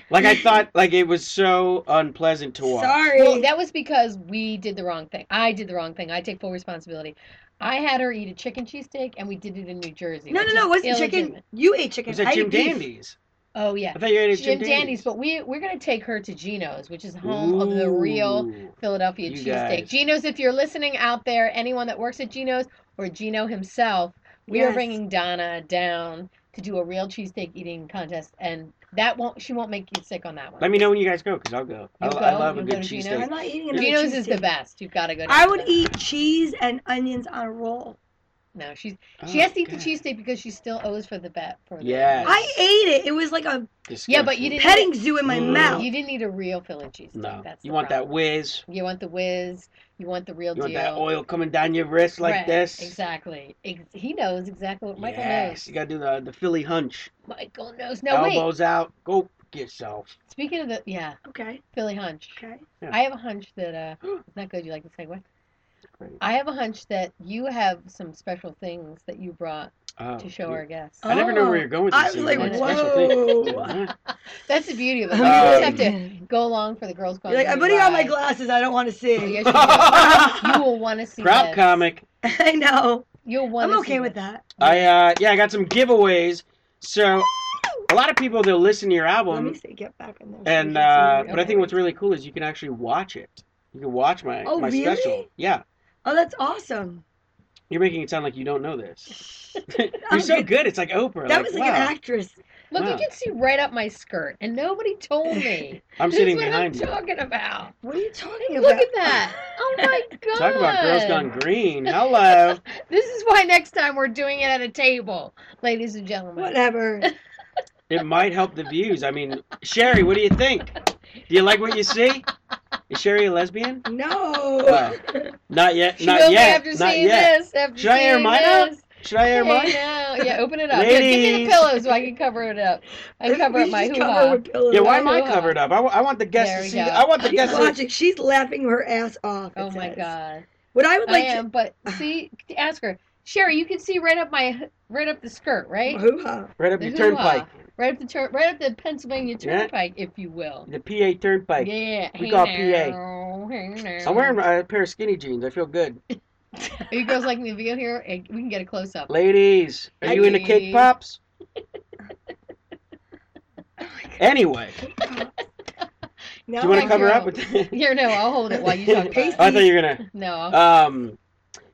S3: like I thought, like it was so unpleasant to watch.
S2: Sorry.
S1: well, that was because we did the wrong thing. I did the wrong thing. I take full responsibility. I had her eat a chicken cheesesteak, and we did it in New Jersey.
S2: no, no,
S1: which
S2: no.
S1: is
S2: It wasn't chicken.
S1: illegitimate.
S2: You ate
S3: It
S2: chicken.
S3: was
S2: I
S3: at
S2: ate
S3: Jim
S2: beef.
S3: Dandy's.
S1: Oh yeah,
S3: I thought you ate at
S1: Jim Dandy's. But we we're gonna take her to Geno's, which is home of the real
S3: Ooh.
S1: Philadelphia
S3: You
S1: cheesesteak.
S3: guys.
S1: Geno's, if you're listening out there, anyone that works at Geno's or Geno himself, we are
S2: Yes.
S1: bringing Donna down to do a real cheesesteak eating contest, and that won't she won't make you sick on that one.
S3: Let me know when you guys go, cause I'll go. I,
S1: You'll
S3: I
S1: go?
S3: love a
S1: You'll
S3: good
S1: go to Gino's?
S3: cheesesteak.
S2: I'm not eating another
S1: Geno's is the
S2: cheesesteak.
S1: best. You've got to go. down
S2: I
S1: to
S2: would
S1: that.
S2: eat cheese and onions on a roll.
S1: No, she's
S3: Oh,
S1: she has to eat the
S3: God.
S1: cheesesteak because she still owes for the bet. For the
S3: Yes.
S2: I ate it. It was like a
S1: Yeah, but you
S3: Disgusting.
S1: didn't-
S2: petting zoo in my
S3: Mm.
S2: mouth.
S1: You didn't need a real Philly cheesesteak.
S3: No,
S1: That's
S3: you want that whiz.
S1: that. You want the whiz. You want the real
S3: You want
S1: deal.
S3: that oil coming down your wrist like
S1: Right,
S3: this.
S1: Exactly. Ex- he knows exactly what Michael
S3: yes, you
S1: knows.
S3: gotta do the the Philly hunch.
S1: Michael knows. No, wait.
S3: Elbows out. Go f- yourself.
S1: Speaking of the yeah
S2: Okay.
S1: Philly hunch,
S2: Okay.
S3: Yeah.
S1: I have a hunch that uh, it's not good. You like the segue?
S3: Great.
S1: I have a hunch that you have some special things that you brought
S3: Oh,
S1: to show
S3: you-
S1: our guests.
S3: I never know
S2: Oh,
S3: where you're going. With
S2: I
S3: this
S2: was
S3: thing.
S2: like,
S3: It's a special thing.
S2: whoa.
S3: Mhm.
S1: That's the beauty of it.
S2: I'm
S1: You just have
S3: Um,
S1: to go along for the girls.
S2: You're like, I'm putting on my glasses. I don't want to see.
S1: Yes, you, will. you will want to see.
S3: Prop
S1: this.
S3: comic.
S2: I know.
S1: You'll want.
S2: I'm okay with that.
S3: I uh yeah, I got some giveaways. So a lot of people they'll listen to your
S2: Let me
S3: album,
S2: see. Get back in there. so we can
S3: and
S2: see
S3: uh,
S2: what
S3: but I think what's really cool is you can actually watch it. You can watch my
S2: Oh,
S3: my
S2: really?
S3: special. Yeah,
S2: Oh, that's awesome.
S3: you're making it sound like you don't know this.
S2: I'm
S3: you're so
S2: good.
S3: good. It's like Oprah.
S2: That
S3: like,
S2: was like
S3: wow.
S2: an actress.
S1: Look,
S3: Wow.
S1: you can see right up my skirt, and nobody told me.
S3: I'm
S1: This
S3: sitting
S1: is what
S3: behind
S1: I'm
S3: you.
S1: talking about.
S2: What are you talking
S1: Look
S2: about?
S1: at that. Oh my god.
S3: Talk about girls gone green. Hello.
S1: This is why next time we're doing it at a table, ladies and gentlemen.
S2: Whatever.
S3: it might help the views. I mean, Sherry, what do you think? Do you like what you see? Is Sherry a lesbian?
S2: No.
S3: Wow. Not yet.
S1: She
S3: not
S1: will be
S3: yet.
S1: after
S3: not
S1: seeing
S3: yet.
S1: this. After
S3: Should I air
S1: seeing
S3: mine out?
S1: this.
S3: Should I air
S1: Hey,
S3: mine?
S1: no. Yeah, open it up. Here, give me the
S3: Ladies.
S1: pillow so I can cover it up. I can cover
S2: We
S1: up my
S2: just
S1: hoo
S2: cover
S1: ha.
S2: with pillows.
S3: Yeah, why
S1: why
S3: am I
S1: not?
S3: covered up? I wa- I want the guests
S1: There
S3: to
S1: we
S3: see.
S1: go.
S3: I want the
S2: She's
S3: guests to.
S2: watching. She's laughing her ass off. it
S1: Oh my
S2: says.
S1: god.
S2: What I would
S1: I
S2: like
S1: am, but see, ask her. Sherry, you can see right up my right up the skirt,
S2: to.
S1: right?
S2: Hoo-ha.
S3: Right up
S1: The
S3: your
S1: hoo-ha.
S3: turnpike.
S1: Right up the tur- right up the Pennsylvania
S3: Yeah.
S1: Turnpike, if you will.
S3: The PA turnpike.
S1: Yeah,
S3: we
S1: hey
S3: call
S1: now,
S3: it
S1: hey now.
S3: I'm wearing a pair of skinny jeans. I feel good.
S1: Are you girls liking the video here? Eh, We can get a close up.
S3: Ladies, are you into
S1: Ladies.
S3: cake pops? Anyway,
S2: Now
S3: do you want
S1: Oh my
S3: to cover
S1: God.
S3: up with that?
S1: Here, no, I'll hold it while you talk. About it.
S3: I thought you were gonna.
S1: No, I'll-
S3: Um,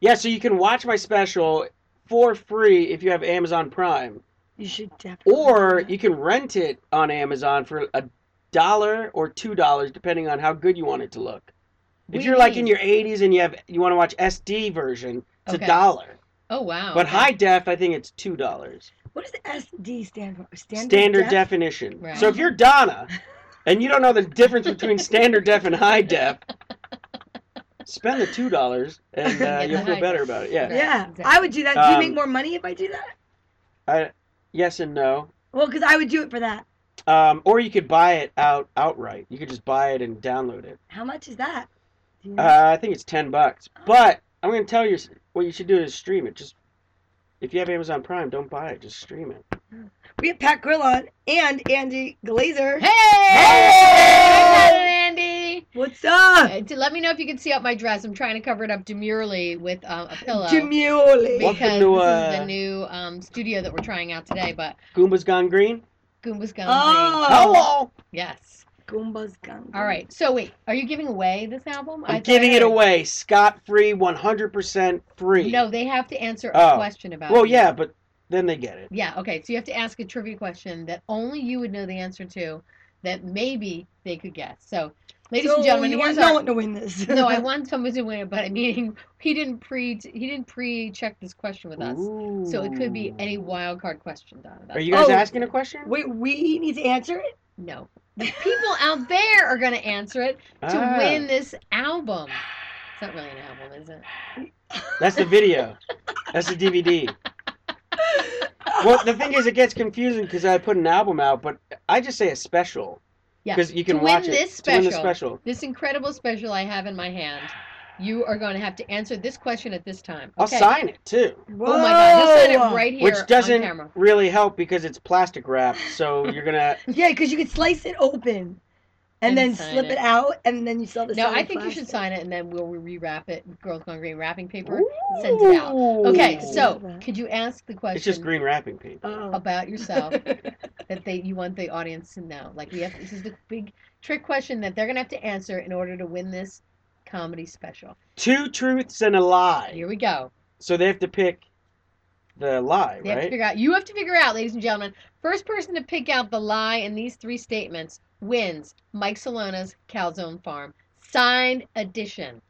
S3: yeah, so you can watch my special for free if you have Amazon Prime,
S2: you should definitely.
S3: or
S1: Mm-hmm.
S2: do that.
S3: you can rent it on Amazon for a dollar or two dollars, depending on how good you want it to look.
S1: what
S3: If
S1: do
S3: you're
S1: you
S3: like
S1: mean?
S3: in your 80s and you have you want to watch SD version, it's
S1: Okay.
S3: a dollar.
S1: oh wow,
S3: But
S1: okay.
S3: high def, I think it's two dollars.
S2: What does SD stand for? Standard,
S3: Standard
S2: def?
S3: definition.
S1: Right.
S3: So if you're Donna, and you don't know the difference between standard def and high def, spend the two dollars and
S1: Get
S3: uh,
S1: the
S3: you'll
S1: high
S3: feel better
S1: def.
S3: about it. Yeah.
S1: Right,
S2: Yeah,
S1: exactly.
S2: I would do that. Do you make
S3: Um,
S2: more money if I do that?
S3: I, yes and no.
S2: Well, because I would do it for that.
S3: Um, or you could buy it out outright. You could just buy it and download it.
S2: How much is that? Do
S1: Mm.
S2: you know?
S3: Uh, I think it's ten bucks. But I'm gonna tell you s- what you should do is stream it. Just if you have Amazon Prime, don't buy it. Just stream it.
S2: we have Pat Grillon and Andy Glazer.
S1: Hey, Hi, Andy.
S2: What's up?
S1: Uh, to let me know if you can see up my dress. I'm trying to cover it up demurely with um, a pillow.
S2: Jamule.
S3: Welcome
S1: because
S3: to,
S1: this is
S3: uh,
S1: the new um, studio that we're trying out today. But
S3: Goomba's gone green.
S1: Goomba's gone.
S2: Oh.
S3: Hello.
S1: yes.
S2: Goomba's gun.
S1: All right. So wait, are you giving away this album? I
S3: I'm
S1: thought
S3: giving
S1: I
S3: it
S1: heard-
S3: away, scot free, 100% free.
S1: No, they have to answer a
S3: Oh.
S1: question about.
S3: Well,
S1: you.
S3: yeah, but then they get it.
S1: Yeah. Okay. So you have to ask a trivia question that only you would know the answer to, that maybe they could guess. So, ladies
S2: So
S1: and gentlemen,
S2: you
S1: here's
S2: want no
S1: our.
S2: one to win this.
S1: No, I want someone to win it, but I mean, he didn't pre he didn't pre check this question with us, so it could be
S3: Ooh.
S1: any wild card question, Donna. That's
S3: Are you guys
S2: Oh.
S3: asking a question?
S2: Wait, we need to answer it.
S1: No. The people out there are going to answer it to
S3: Ah,
S1: win this album. It's not really an album, is it?
S3: That's the video. That's the DVD. Well, the thing is, it gets confusing because I put an album out, but I just say a special.
S1: Yeah.
S3: Because you can
S1: To win
S3: watch it.
S1: this
S3: To win the
S1: special.
S3: special.
S1: This incredible special I have in my hand. You are going to have to answer this question at this time.
S3: I'll
S1: Okay.
S3: sign it too,
S1: Oh my God! He'll sign it
S2: Whoa!
S1: right here
S3: which
S1: on
S3: doesn't
S1: camera.
S3: really help because it's plastic wrapped. So you're gonna.
S2: Yeah, because you could slice it open, and,
S1: And
S2: then
S1: sign
S2: slip
S1: it.
S2: it. out, and then you still have the
S1: No,
S2: solid
S1: I think you should
S2: plastic.
S1: sign it and then we'll rewrap it. in Girls Gone Green wrapping paper. send it out. Okay,
S2: Ooh.
S1: so could you ask the question
S3: It's just green wrapping paper.
S2: Oh.
S1: about yourself that they you want the audience to know? Like we have this is the big trick question that they're gonna have to answer in order to win this comedy special.
S3: Two truths and a lie.
S1: Here we go.
S3: So they have to pick the lie,
S1: They have to
S3: right?
S1: figure out. You have to figure out, ladies and gentlemen. First person to pick out the lie in these three statements wins Mike Solona's Calzone Farm signed edition.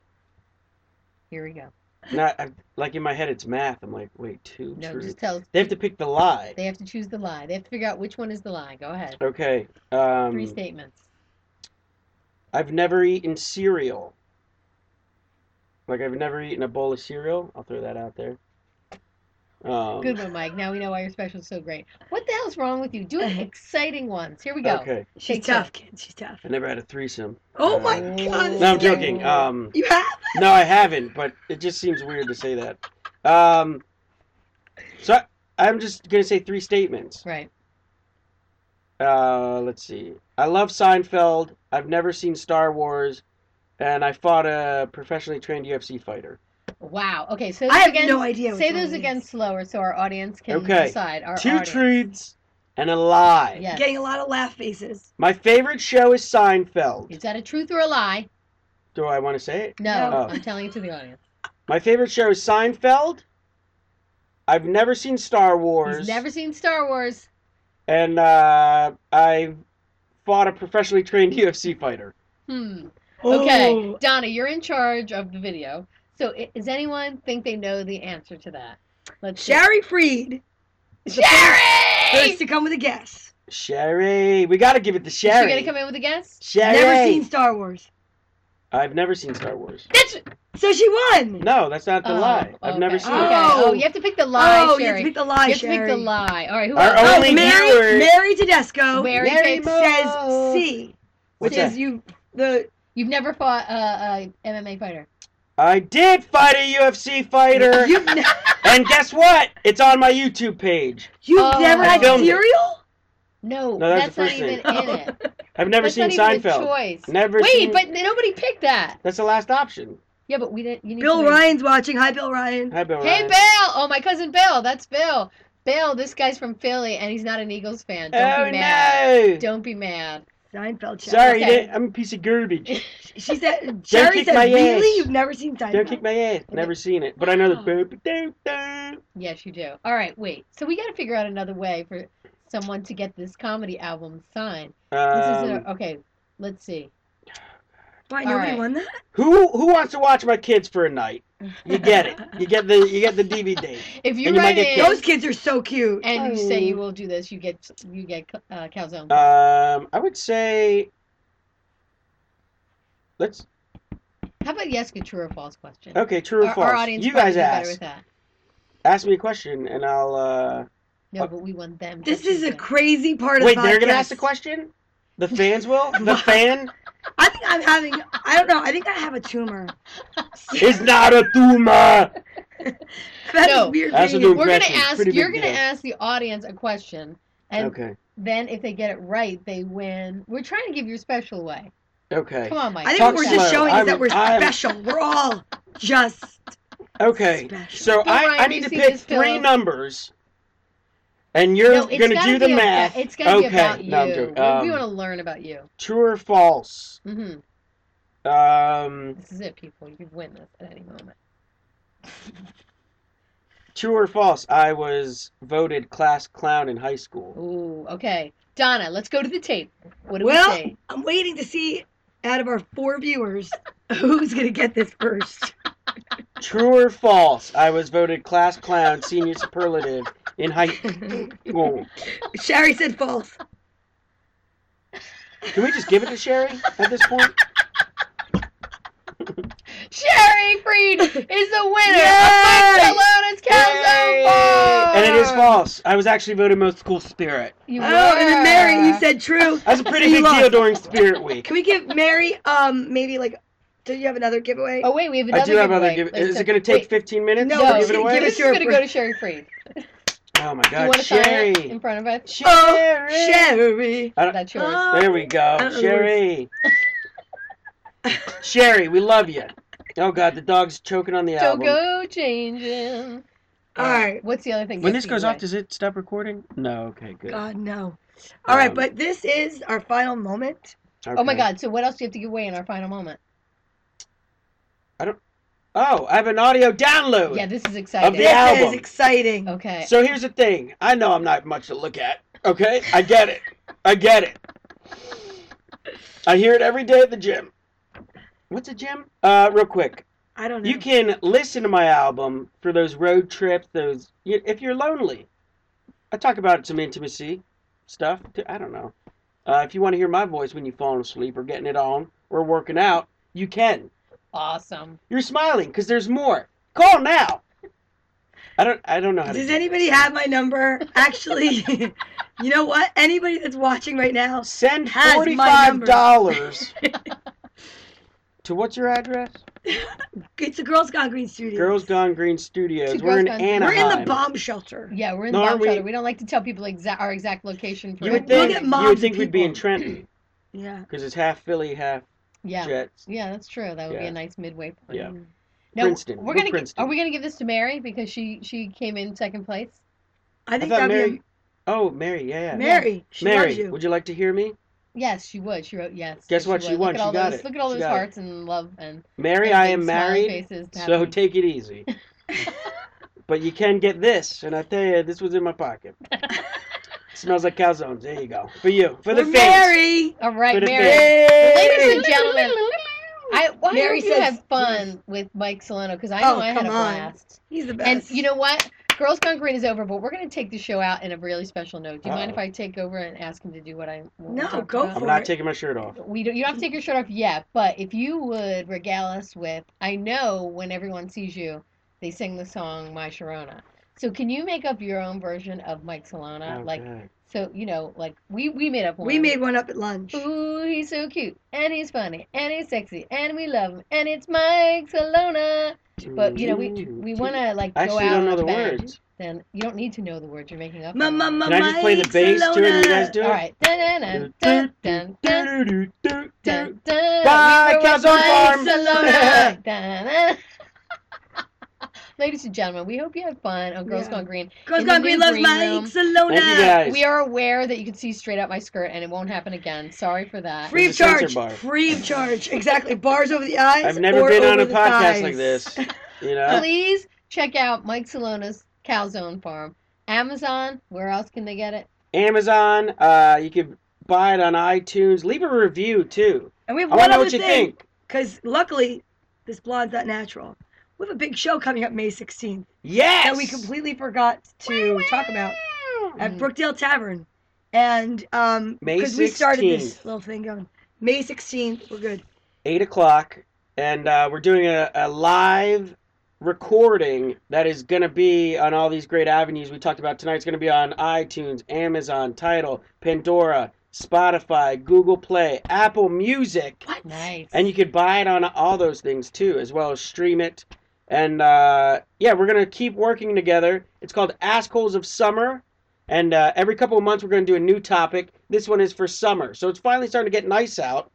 S1: Here we go.
S3: Not I, like in my head, it's math. I'm like, wait, two
S1: No,
S3: truths.
S1: just tell.
S3: They have to pick the lie.
S1: They have to choose the lie. They have to figure out which one is the lie. Go ahead.
S3: Okay. Um,
S1: Three statements.
S3: I've never eaten cereal. Like I've never eaten a bowl of cereal. I'll throw that out there. Um,
S1: Good one, Mike. Now we know why your special's so great. What the hell's wrong with you? Do exciting ones. Here we go.
S3: Okay.
S2: She's
S1: Take
S2: tough, kid. She's tough.
S3: I never had a threesome.
S2: Oh
S3: Uh,
S2: my god.
S3: No, I'm
S2: yeah.
S3: joking. Um,
S2: You have?
S3: no, I haven't. But it just seems weird to say that. Um, so I, I'm just gonna say three statements.
S1: Right.
S3: Uh, let's see. I love Seinfeld. I've never seen Star Wars, and I fought a professionally trained UFC fighter.
S1: Wow. Okay. So
S2: I have
S1: again,
S2: no idea which
S1: Say
S2: one
S1: those
S2: it
S1: again
S2: is.
S1: slower so our audience can
S3: Okay.
S1: decide. Our
S3: Two
S1: audience.
S3: truths and a lie.
S1: Yes.
S2: Getting a lot of laugh faces.
S3: My favorite show is Seinfeld.
S1: Is that a truth or a lie?
S3: Do I want to say it?
S1: No,
S2: No.
S3: Oh.
S1: I'm telling it to the audience.
S3: My favorite show is Seinfeld. I've never seen Star Wars.
S1: He's never seen Star Wars.
S3: And uh, I fought a professionally trained UFC fighter.
S1: Hmm. Okay,
S2: Oh,
S1: Donna, you're in charge of the video. So, i- does anyone think they know the answer to that? Let's see.
S2: Sherry Freed. is the First,
S1: Sherry.
S2: first to come with a guess.
S3: Sherry, we gotta give it to
S1: Is she
S3: Sherry.
S1: gonna come in with a guess?
S3: Sherry.
S2: Never seen Star Wars.
S3: I've never seen Star Wars.
S1: That's
S2: So she won.
S3: No, that's not the
S1: Oh,
S3: lie. I've never
S1: okay.
S3: seen
S1: Okay.
S3: it.
S1: Oh.
S2: Oh.
S1: you have to pick the lie,
S2: oh, you have
S1: Sherry.
S2: to pick the lie,
S1: You have to
S2: Sherry.
S1: pick the lie. All right, who
S3: Our
S1: else?
S2: Oh,
S3: Only
S2: Mary,
S3: viewer-
S2: Mary Tedesco
S1: Mary
S3: Mary
S1: Ted-
S3: Mo.
S2: says C, which
S3: What's
S2: is
S3: that?
S2: you the
S1: You've never fought a, a MMA fighter.
S3: I did fight a UFC fighter,
S2: you've, ne-
S3: and guess what? It's on my YouTube page.
S2: you've
S1: Oh.
S2: never
S1: I
S2: had
S3: filmed it.
S2: cereal.
S1: No,
S3: No,
S1: that's
S3: that's the
S1: not
S3: first
S1: even
S2: thing.
S1: in it.
S3: I've never
S1: that's
S3: seen
S1: not even
S3: Seinfeld.
S1: a choice.
S3: Never
S1: Wait,
S3: seen.
S1: but nobody picked that.
S3: That's the last option.
S1: Yeah, but we didn't. You need
S2: Bill
S1: to make-
S2: Ryan's watching. Hi, Bill Ryan.
S3: Hi, Bill
S1: Hey,
S3: Ryan.
S1: Bill! Oh, my cousin Bill. That's Bill. Bill, this guy's from Philly, and he's not an Eagles fan. Don't
S3: oh
S1: be mad.
S3: no!
S1: Don't be mad.
S2: Seinfeld. Show.
S3: Sorry, you
S1: Okay.
S3: didn't- I'm a piece of garbage.
S2: She said. Sherry
S3: kick
S2: said,
S3: my
S2: "Really?
S3: ass.
S2: You've never seen Seinfeld?"
S3: Don't kick my ass. Never seen it, but I know
S1: Oh.
S3: the boop doop doop.
S1: Yes, you do. All right, wait. So we got to figure out another way for someone to get this comedy album signed. This is
S3: Um,
S1: a, okay. Let's see.
S2: Why
S1: All
S2: nobody
S1: right.
S2: won that?
S3: who who wants to watch my kids for a night? You get it. You get the you get the DVD.
S1: If you
S3: And you might
S1: write
S3: get
S1: in
S3: kicked.
S2: Those kids are so cute.
S1: and you say you
S2: Oh.
S1: will do this, you get you get uh, calzone.
S3: Um, I would say. Let's
S1: How about yes, good true or false question?
S3: okay. True or
S1: Our-
S3: false?
S1: Our audience
S3: you guys
S1: probably do better
S3: ask.
S1: with that.
S3: Ask me a question, and I'll. uh
S1: No,
S3: Uh,
S1: but we want them. to
S2: This
S1: choose
S2: is a
S1: it.
S2: crazy part of
S3: Wait,
S2: the
S3: they're gonna ask
S2: podcast.
S3: the question. The fans will. The fan
S2: I think I'm having. I don't know. I think I have a tumor.
S3: is not a tumor.
S2: That's
S1: No.
S2: weird.
S3: That's
S2: video.
S3: a
S1: We're gonna
S3: impression.
S1: ask.
S3: Pretty big
S1: You're gonna
S3: deal.
S1: ask the audience a question, and
S3: Okay.
S1: then if they get it right, they win. We're trying to give your special away.
S3: Okay.
S1: Come on, Mike.
S2: I think
S3: Talk
S2: what we're
S3: slow.
S2: just showing
S3: I'm-
S2: is that we're
S3: I'm-
S2: special. We're all just
S3: Okay.
S2: Special.
S3: So
S1: Bill
S3: I,
S1: Ryan,
S3: I
S1: you
S3: need to
S1: see
S3: pick
S1: this
S3: three
S1: pillow?
S3: numbers. And you're
S1: No, it's
S3: gonna
S1: gotta
S3: do the
S1: be a-
S3: math.
S1: It's gonna
S3: okay.
S1: be about you.
S3: No, I'm joking.
S1: We- we
S3: Um,
S1: want to learn about you.
S3: True or false?
S1: hmm
S3: Um,
S1: This is it, people. You win this at any moment.
S3: true or false? I was voted class clown in high school.
S1: Ooh, okay. Donna, let's go to the tape. What do
S2: Well-
S1: we say?
S2: I'm waiting to see out of our four viewers who's gonna get this first.
S3: True or false? I was voted class clown, senior superlative in high school.
S2: Sherry said false.
S3: Can we just give it to Sherry at this point?
S1: Sherry! Terry Freed is the winner
S3: Yay!
S1: of Barcelona's Calzone Bar.
S3: And it is false. I was actually voted most cool spirit.
S1: You
S2: Oh, and then Mary, you
S1: were.
S2: said true.
S3: That's a pretty
S2: You
S3: big
S2: lost.
S3: deal during Spirit Week.
S2: Can we give Mary um maybe like? Do you have another giveaway?
S1: Oh wait, we have another.
S3: I do have other
S1: giveaway.
S3: give.
S1: Let's
S3: Is
S1: do-
S3: it going to take
S1: wait,
S3: 15 minutes?
S2: No,
S3: to
S1: No,
S3: give it
S2: she-
S3: away.
S2: give
S1: this
S2: us
S1: is
S2: your
S1: going to
S2: fr-
S1: go to Sherry Freed.
S3: oh my
S1: Do you
S3: God,
S1: want to sign
S3: Sherry.
S1: it in front of us?
S2: Oh, Sherry.
S3: I don't-
S1: That's yours.
S2: Oh.
S3: there we go,
S2: I don't know
S3: Sherry. Sherry, we love you. Oh God, the dog's choking on the
S1: so
S3: album.
S1: go changing.
S2: All right.
S1: What's the other thing?
S3: When
S1: gets
S3: this goes
S1: you
S3: off,
S1: away?
S3: does it stop recording? No. Okay. Good.
S2: God no. All right,
S3: Um,
S2: but this is our final moment.
S1: Oh my
S3: Okay.
S1: God! So what else do you have to give away in our final moment?
S3: Oh, I have an audio download.
S1: Yeah, this is
S3: Of
S1: exciting.
S3: the
S2: This is
S3: album.
S2: exciting.
S1: Okay.
S3: So here's the thing. I know I'm not much to look at. Okay, I get it. I get it. I hear it every day at the gym. What's a gym? Uh, real quick.
S2: I don't know.
S3: You can listen to my album for those road trips. Those y- if you're lonely, I talk about some intimacy stuff. too. I don't know. Uh, if you want to hear my voice when you've fallen asleep or getting it on or working out, you can.
S1: awesome.
S3: You're smiling because there's more. Call now. I don't. I don't know how to.
S2: Does
S3: do
S2: anybody
S3: this.
S2: have my number? Actually, you know what? Anybody that's watching right now,
S3: Send
S2: has my
S3: forty-five
S2: number.
S3: dollars to what's your address?
S2: it's the Girls Gone Green Studio.
S3: Girls Gone Green Studios.
S1: To
S3: We're
S1: Girls
S3: in
S1: Gone-
S3: Anaheim.
S2: We're in the bomb shelter.
S1: Yeah, we're in
S3: No,
S1: the
S3: aren't
S1: bomb
S3: we-
S1: shelter. We don't like to tell people exact our exact location for.
S3: You
S2: We'll
S3: would
S2: get
S3: think, you
S2: mobs
S3: would
S2: of
S3: think we'd be in
S2: people.
S3: Trenton
S2: Yeah.
S3: because it's half Philly, half
S1: Yeah.
S3: Jets.
S1: Yeah, that's true. That would be
S3: Yeah.
S1: a nice midway point.
S3: Yeah.
S1: Now,
S3: Princeton.
S1: We're
S3: We're
S1: gonna. gi-
S3: Princeton.
S1: Are we gonna give this to Mary because she she came in second place?
S2: I think
S3: I
S2: that'd
S3: thought Mary.
S2: be
S3: Oh, Mary. Yeah.
S2: a-
S3: yeah.
S2: Mary. She
S3: Mary,
S2: loves you.
S3: would you like to hear me?
S1: Yes, she would. She wrote yes.
S3: Guess what? She
S1: would.
S3: won.
S1: Look at
S3: She
S1: all
S3: got
S1: those.
S3: it.
S1: Look at all
S3: She
S1: those
S3: got it.
S1: hearts and love and.
S3: Mary,
S1: and
S3: I
S1: big
S3: am
S1: smiling
S3: married,
S1: Faces
S3: so
S1: happy.
S3: take it easy. but you can get this, and I tell you, this was in my pocket. smells like calzones. There you go. For you, for the
S2: We're
S3: fans.
S2: Mary.
S1: all right,
S3: For the
S1: Mary.
S3: fans.
S1: Ladies and gentlemen, I, well, I
S2: Mary
S1: hope you
S2: says-
S1: had fun with Mike Solano because I
S2: Oh,
S1: know I had
S2: come
S1: a
S2: on.
S1: blast.
S2: He's the
S1: And
S2: best.
S1: you know what? Girls Gone Green is over, but we're going to take the show out in a really special note. Do you mind
S3: Uh-oh.
S1: if I take over and ask him to do what I? what we
S2: No,
S1: talked
S2: go
S1: about?
S3: I'm
S2: for
S3: not
S2: it.
S3: taking my shirt off.
S1: We don't. You don't have to take your shirt off yet, but if you would regale us with, I know when everyone sees you, they sing the song "My Sharona." So can you make up your own version of Mike Solana? Like
S3: Okay.
S1: so, you know, like we we made up one.
S2: we made one up at lunch.
S1: Ooh, he's so cute, and he's funny, and he's sexy, and we love him, and it's Mike Solana. But you know, we we want to like go
S3: I actually
S1: out
S3: don't know
S1: with
S3: the
S1: a bang.
S3: words.
S1: Then you don't need to know the words. You're making up.
S2: Ma-
S1: on
S2: ma-
S1: them.
S2: ma-
S3: Can I just play the
S2: Mike
S3: bass to it and you guys do it?
S1: All right. Dun, dun, dun, dun, dun,
S3: Do, do, do, do, do.
S1: Dun, dun.
S3: Bye,
S1: We were with
S3: Calzone Farm.
S1: Barcelona. Dun, dun. Ladies and gentlemen, we hope you had fun on Girls
S2: Yeah.
S1: Gone Green.
S2: Girls
S1: in the
S2: Gone Green
S1: new
S2: loves
S1: green room.
S2: Mike Salona.
S3: Thank you guys.
S1: We are aware that you can see straight up my skirt, and it won't happen again. Sorry for that.
S2: Free of
S3: There's a sensor
S2: charge.
S3: bar.
S2: Free of charge. Exactly. Bars over the eyes.
S3: I've never
S2: or
S3: been on
S2: over
S3: a
S2: the
S3: podcast like
S2: thighs.
S3: this. You know,
S1: Please check out Mike Salona's Calzone Farm. Amazon. Where else can they get it?
S3: Amazon. Uh, you could buy it on iTunes. Leave a review too.
S2: And we have
S3: I
S2: one
S3: want to know
S2: other
S3: what you
S2: thing.
S3: think.
S2: Because luckily, this blonde's not natural. We have a big show coming up May 16th
S3: Yes.
S2: that we completely forgot to talk about at
S1: Mm.
S2: Brookdale Tavern. And um
S3: May
S2: because we started this
S3: 16th.
S2: little thing going. May 16th, we're good.
S3: Eight o'clock, and uh, we're doing a, a live recording that is going to be on all these great avenues we talked about tonight. It's going to be on iTunes, Amazon, Title, Pandora, Spotify, Google Play, Apple Music.
S2: What?
S1: Nice.
S3: And you could buy it on all those things too, as well as stream it. And uh, yeah, we're gonna keep working together. It's called Assholes of Summer, and uh, every couple of months we're gonna do a new topic. This one is for summer, so it's finally starting to get nice out.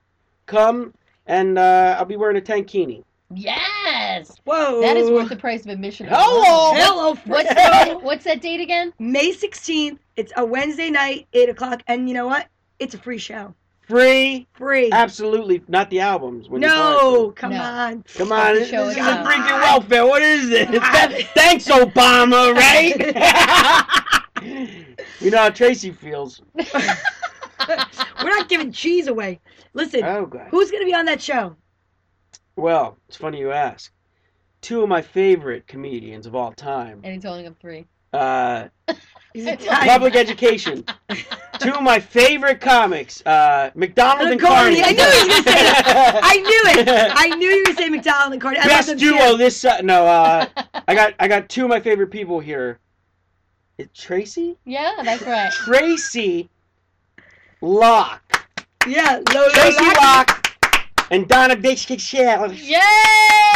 S3: Come and uh, I'll be wearing a tankini.
S1: yes,
S2: Whoa.
S1: that is worth the price of admission.
S3: Hello.
S1: alone.
S2: Hello,
S1: What's
S2: friends.
S1: that, what's that date again?
S2: May 16th. It's a Wednesday night, 8 o'clock. And you know what? It's a free show.
S3: Free,
S2: Free.
S3: absolutely not the albums. when you buy
S2: no,
S3: them.
S2: come
S1: No.
S2: on.
S3: come on,
S1: Let's
S3: this
S1: show
S3: is
S1: it
S3: a
S1: out.
S3: freaking welfare. What is this? Thanks, Obama, right? you know how Tracy feels.
S2: We're not giving cheese away. Listen,
S3: Oh god.
S2: who's going to be on that show?
S3: Well, it's funny you ask. Two of my favorite comedians of all time.
S1: And he's only up three.
S3: Uh,
S2: He's
S1: Public-
S2: Italian.
S3: public education. Two of my favorite comics, uh, McDonald and Carney.
S2: Carney, I knew he was gonna say that. I knew it.
S3: I
S2: I knew you were saying McDonald and Carney. I love
S3: Best
S2: them
S3: duo
S2: too.
S3: this uh, no. Uh, I got I got two of my favorite people here. It Tracy,
S1: yeah, that's right.
S3: Tracy, Locke,
S2: Yeah, Lola
S3: Tracy
S2: Locke.
S3: Locke, and Donna Bishkishell.
S1: Yay!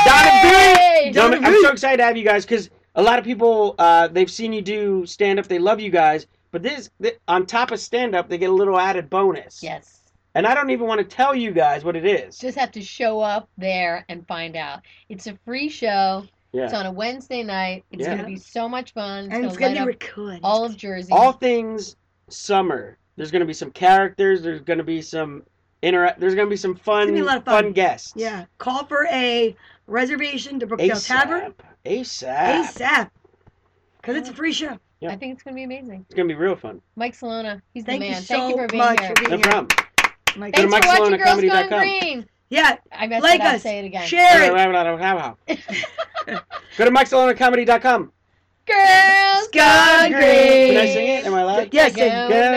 S3: Donna
S2: Donna
S3: No, I'm- I'm so excited to have you guys because a lot of people uh, they've seen you do stand up. They love you guys, but this, th on top of stand up, they get a little added bonus.
S1: Yes.
S3: And I don't even want to tell you guys what it is.
S1: Just have to show up there and find out. It's a free show.
S3: yeah.
S1: It's on a Wednesday night. It's
S3: Yeah.
S1: going to be so much fun. It's
S2: And it's
S1: going
S2: gonna
S1: to light
S2: be
S1: up
S2: recorded.
S1: all of Jersey.
S3: all things summer. There's going to be some characters. There's going to be some intera- There's going to be some fun,
S2: gonna be a lot of fun.
S3: fun. guests.
S2: yeah. Call for a reservation to Brookdale Tavern
S3: ASAP. ASAP.
S1: Uh,
S2: ASAP. Because it's a free show.
S1: I think it's going to be amazing.
S3: It's going to be real fun.
S1: Mike Solana, he's
S2: Thank
S1: the
S2: you
S1: man.
S2: so
S1: Thank you for being
S2: much
S1: here.
S2: for being
S3: No
S2: here.
S3: problem.
S2: My
S1: Thanks
S2: God.
S3: Go to
S1: for watching Girls Gone
S3: MikeSolonaComedy.com.
S1: Green.
S2: Yeah,
S1: I messed
S2: like
S1: it up.
S2: us,
S1: Say it again.
S2: share it.
S3: Go to MikeSalonaComedy.com.
S1: Girls
S2: Gone
S1: Gone
S2: Green.
S1: Green.
S3: Can I sing it? Am I allowed?
S2: Yes,
S1: Going
S2: and
S3: Gone-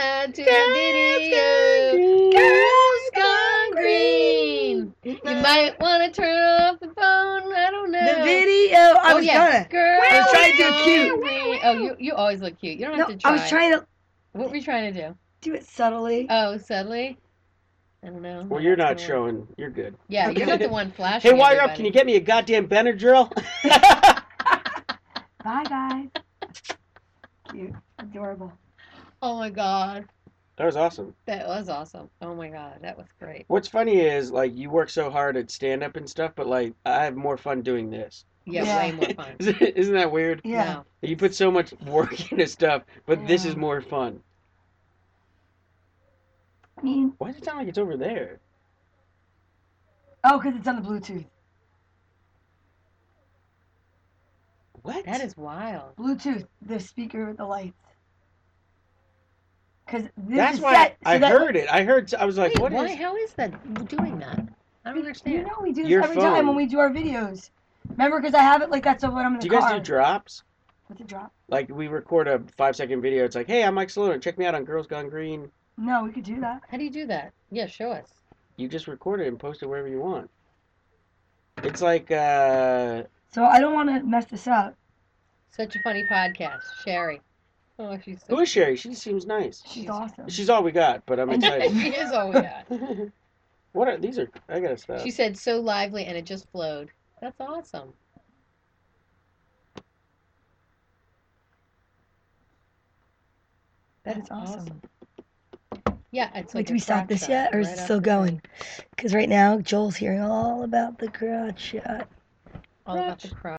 S1: downtown to
S3: Girls
S1: the video. Girls Gone Green. You might want to turn off the phone. I don't know.
S2: the video. I
S1: oh,
S2: was
S1: yeah.
S2: gonna.
S1: Girls
S2: I was trying to do
S1: Gone
S2: cute.
S1: Green. Oh, you, you always look cute. You don't
S2: No,
S1: have to try.
S2: I was trying to
S1: What were you trying to do?
S2: do it subtly.
S1: Oh, suddenly? I don't know.
S3: Well, you're not
S1: That's the one.
S3: showing. You're good.
S1: Yeah, you're not the one flashing.
S3: Hey, while you're up, can you get me a goddamn Benadryl? drill?
S2: Bye, guys. Cute, adorable.
S1: Oh my god,
S3: that was awesome.
S1: that was awesome. Oh my god, that was great.
S3: What's funny is like you work so hard at stand up and stuff, but like I have more fun doing this.
S1: Yeah,
S2: Yeah.
S1: way more fun.
S3: Isn't isn't that weird?
S2: Yeah.
S1: Wow.
S3: You put so much work into stuff, but this
S2: Yeah.
S3: is more fun.
S2: I mean,
S3: Why does it sound like it's over there?
S2: oh, because it's on the Bluetooth.
S3: What?
S1: that is wild.
S2: Bluetooth, the speaker with the lights. Because this
S3: That's
S2: is
S3: why
S2: set. so
S3: I
S2: that-
S3: heard it. I heard. I was like,
S1: Wait,
S3: what
S1: why?
S3: is?
S1: How is that doing that? I don't
S2: You
S1: understand.
S2: know we do this
S3: Your
S2: every time when
S3: phone.
S2: we do our videos. Remember, because I have it like that, so when I'm in the
S3: Do you
S2: car.
S3: guys do drops?
S2: What's a drop?
S3: Like we record a five second video. It's like, hey, I'm Mike Solano. Check me out on Girls Gone Green.
S2: No, we could do that.
S1: How do you do that? Yeah, show us.
S3: You just record it and post it wherever you want. It's like uh,
S2: So I don't want to mess this up.
S1: Such a funny podcast, Sherry. Oh, she's so.
S3: who is Sherry? She seems nice.
S2: She's,
S1: She's-
S2: awesome.
S3: She's all we got, but I'm excited.
S1: she is oh, all we got.
S3: what are these? Are I gotta stop.
S1: She said so lively and it just flowed. That's awesome.
S2: that is awesome.
S1: Yeah, it's
S2: Wait,
S1: like
S2: do
S1: a
S2: we stop
S1: crack
S2: this
S1: shot
S2: yet, or is
S1: right
S2: it
S1: off
S2: still
S1: the bat.
S2: going? Because right now Joel's hearing all about the garage uh, shot.
S1: All about the crowd.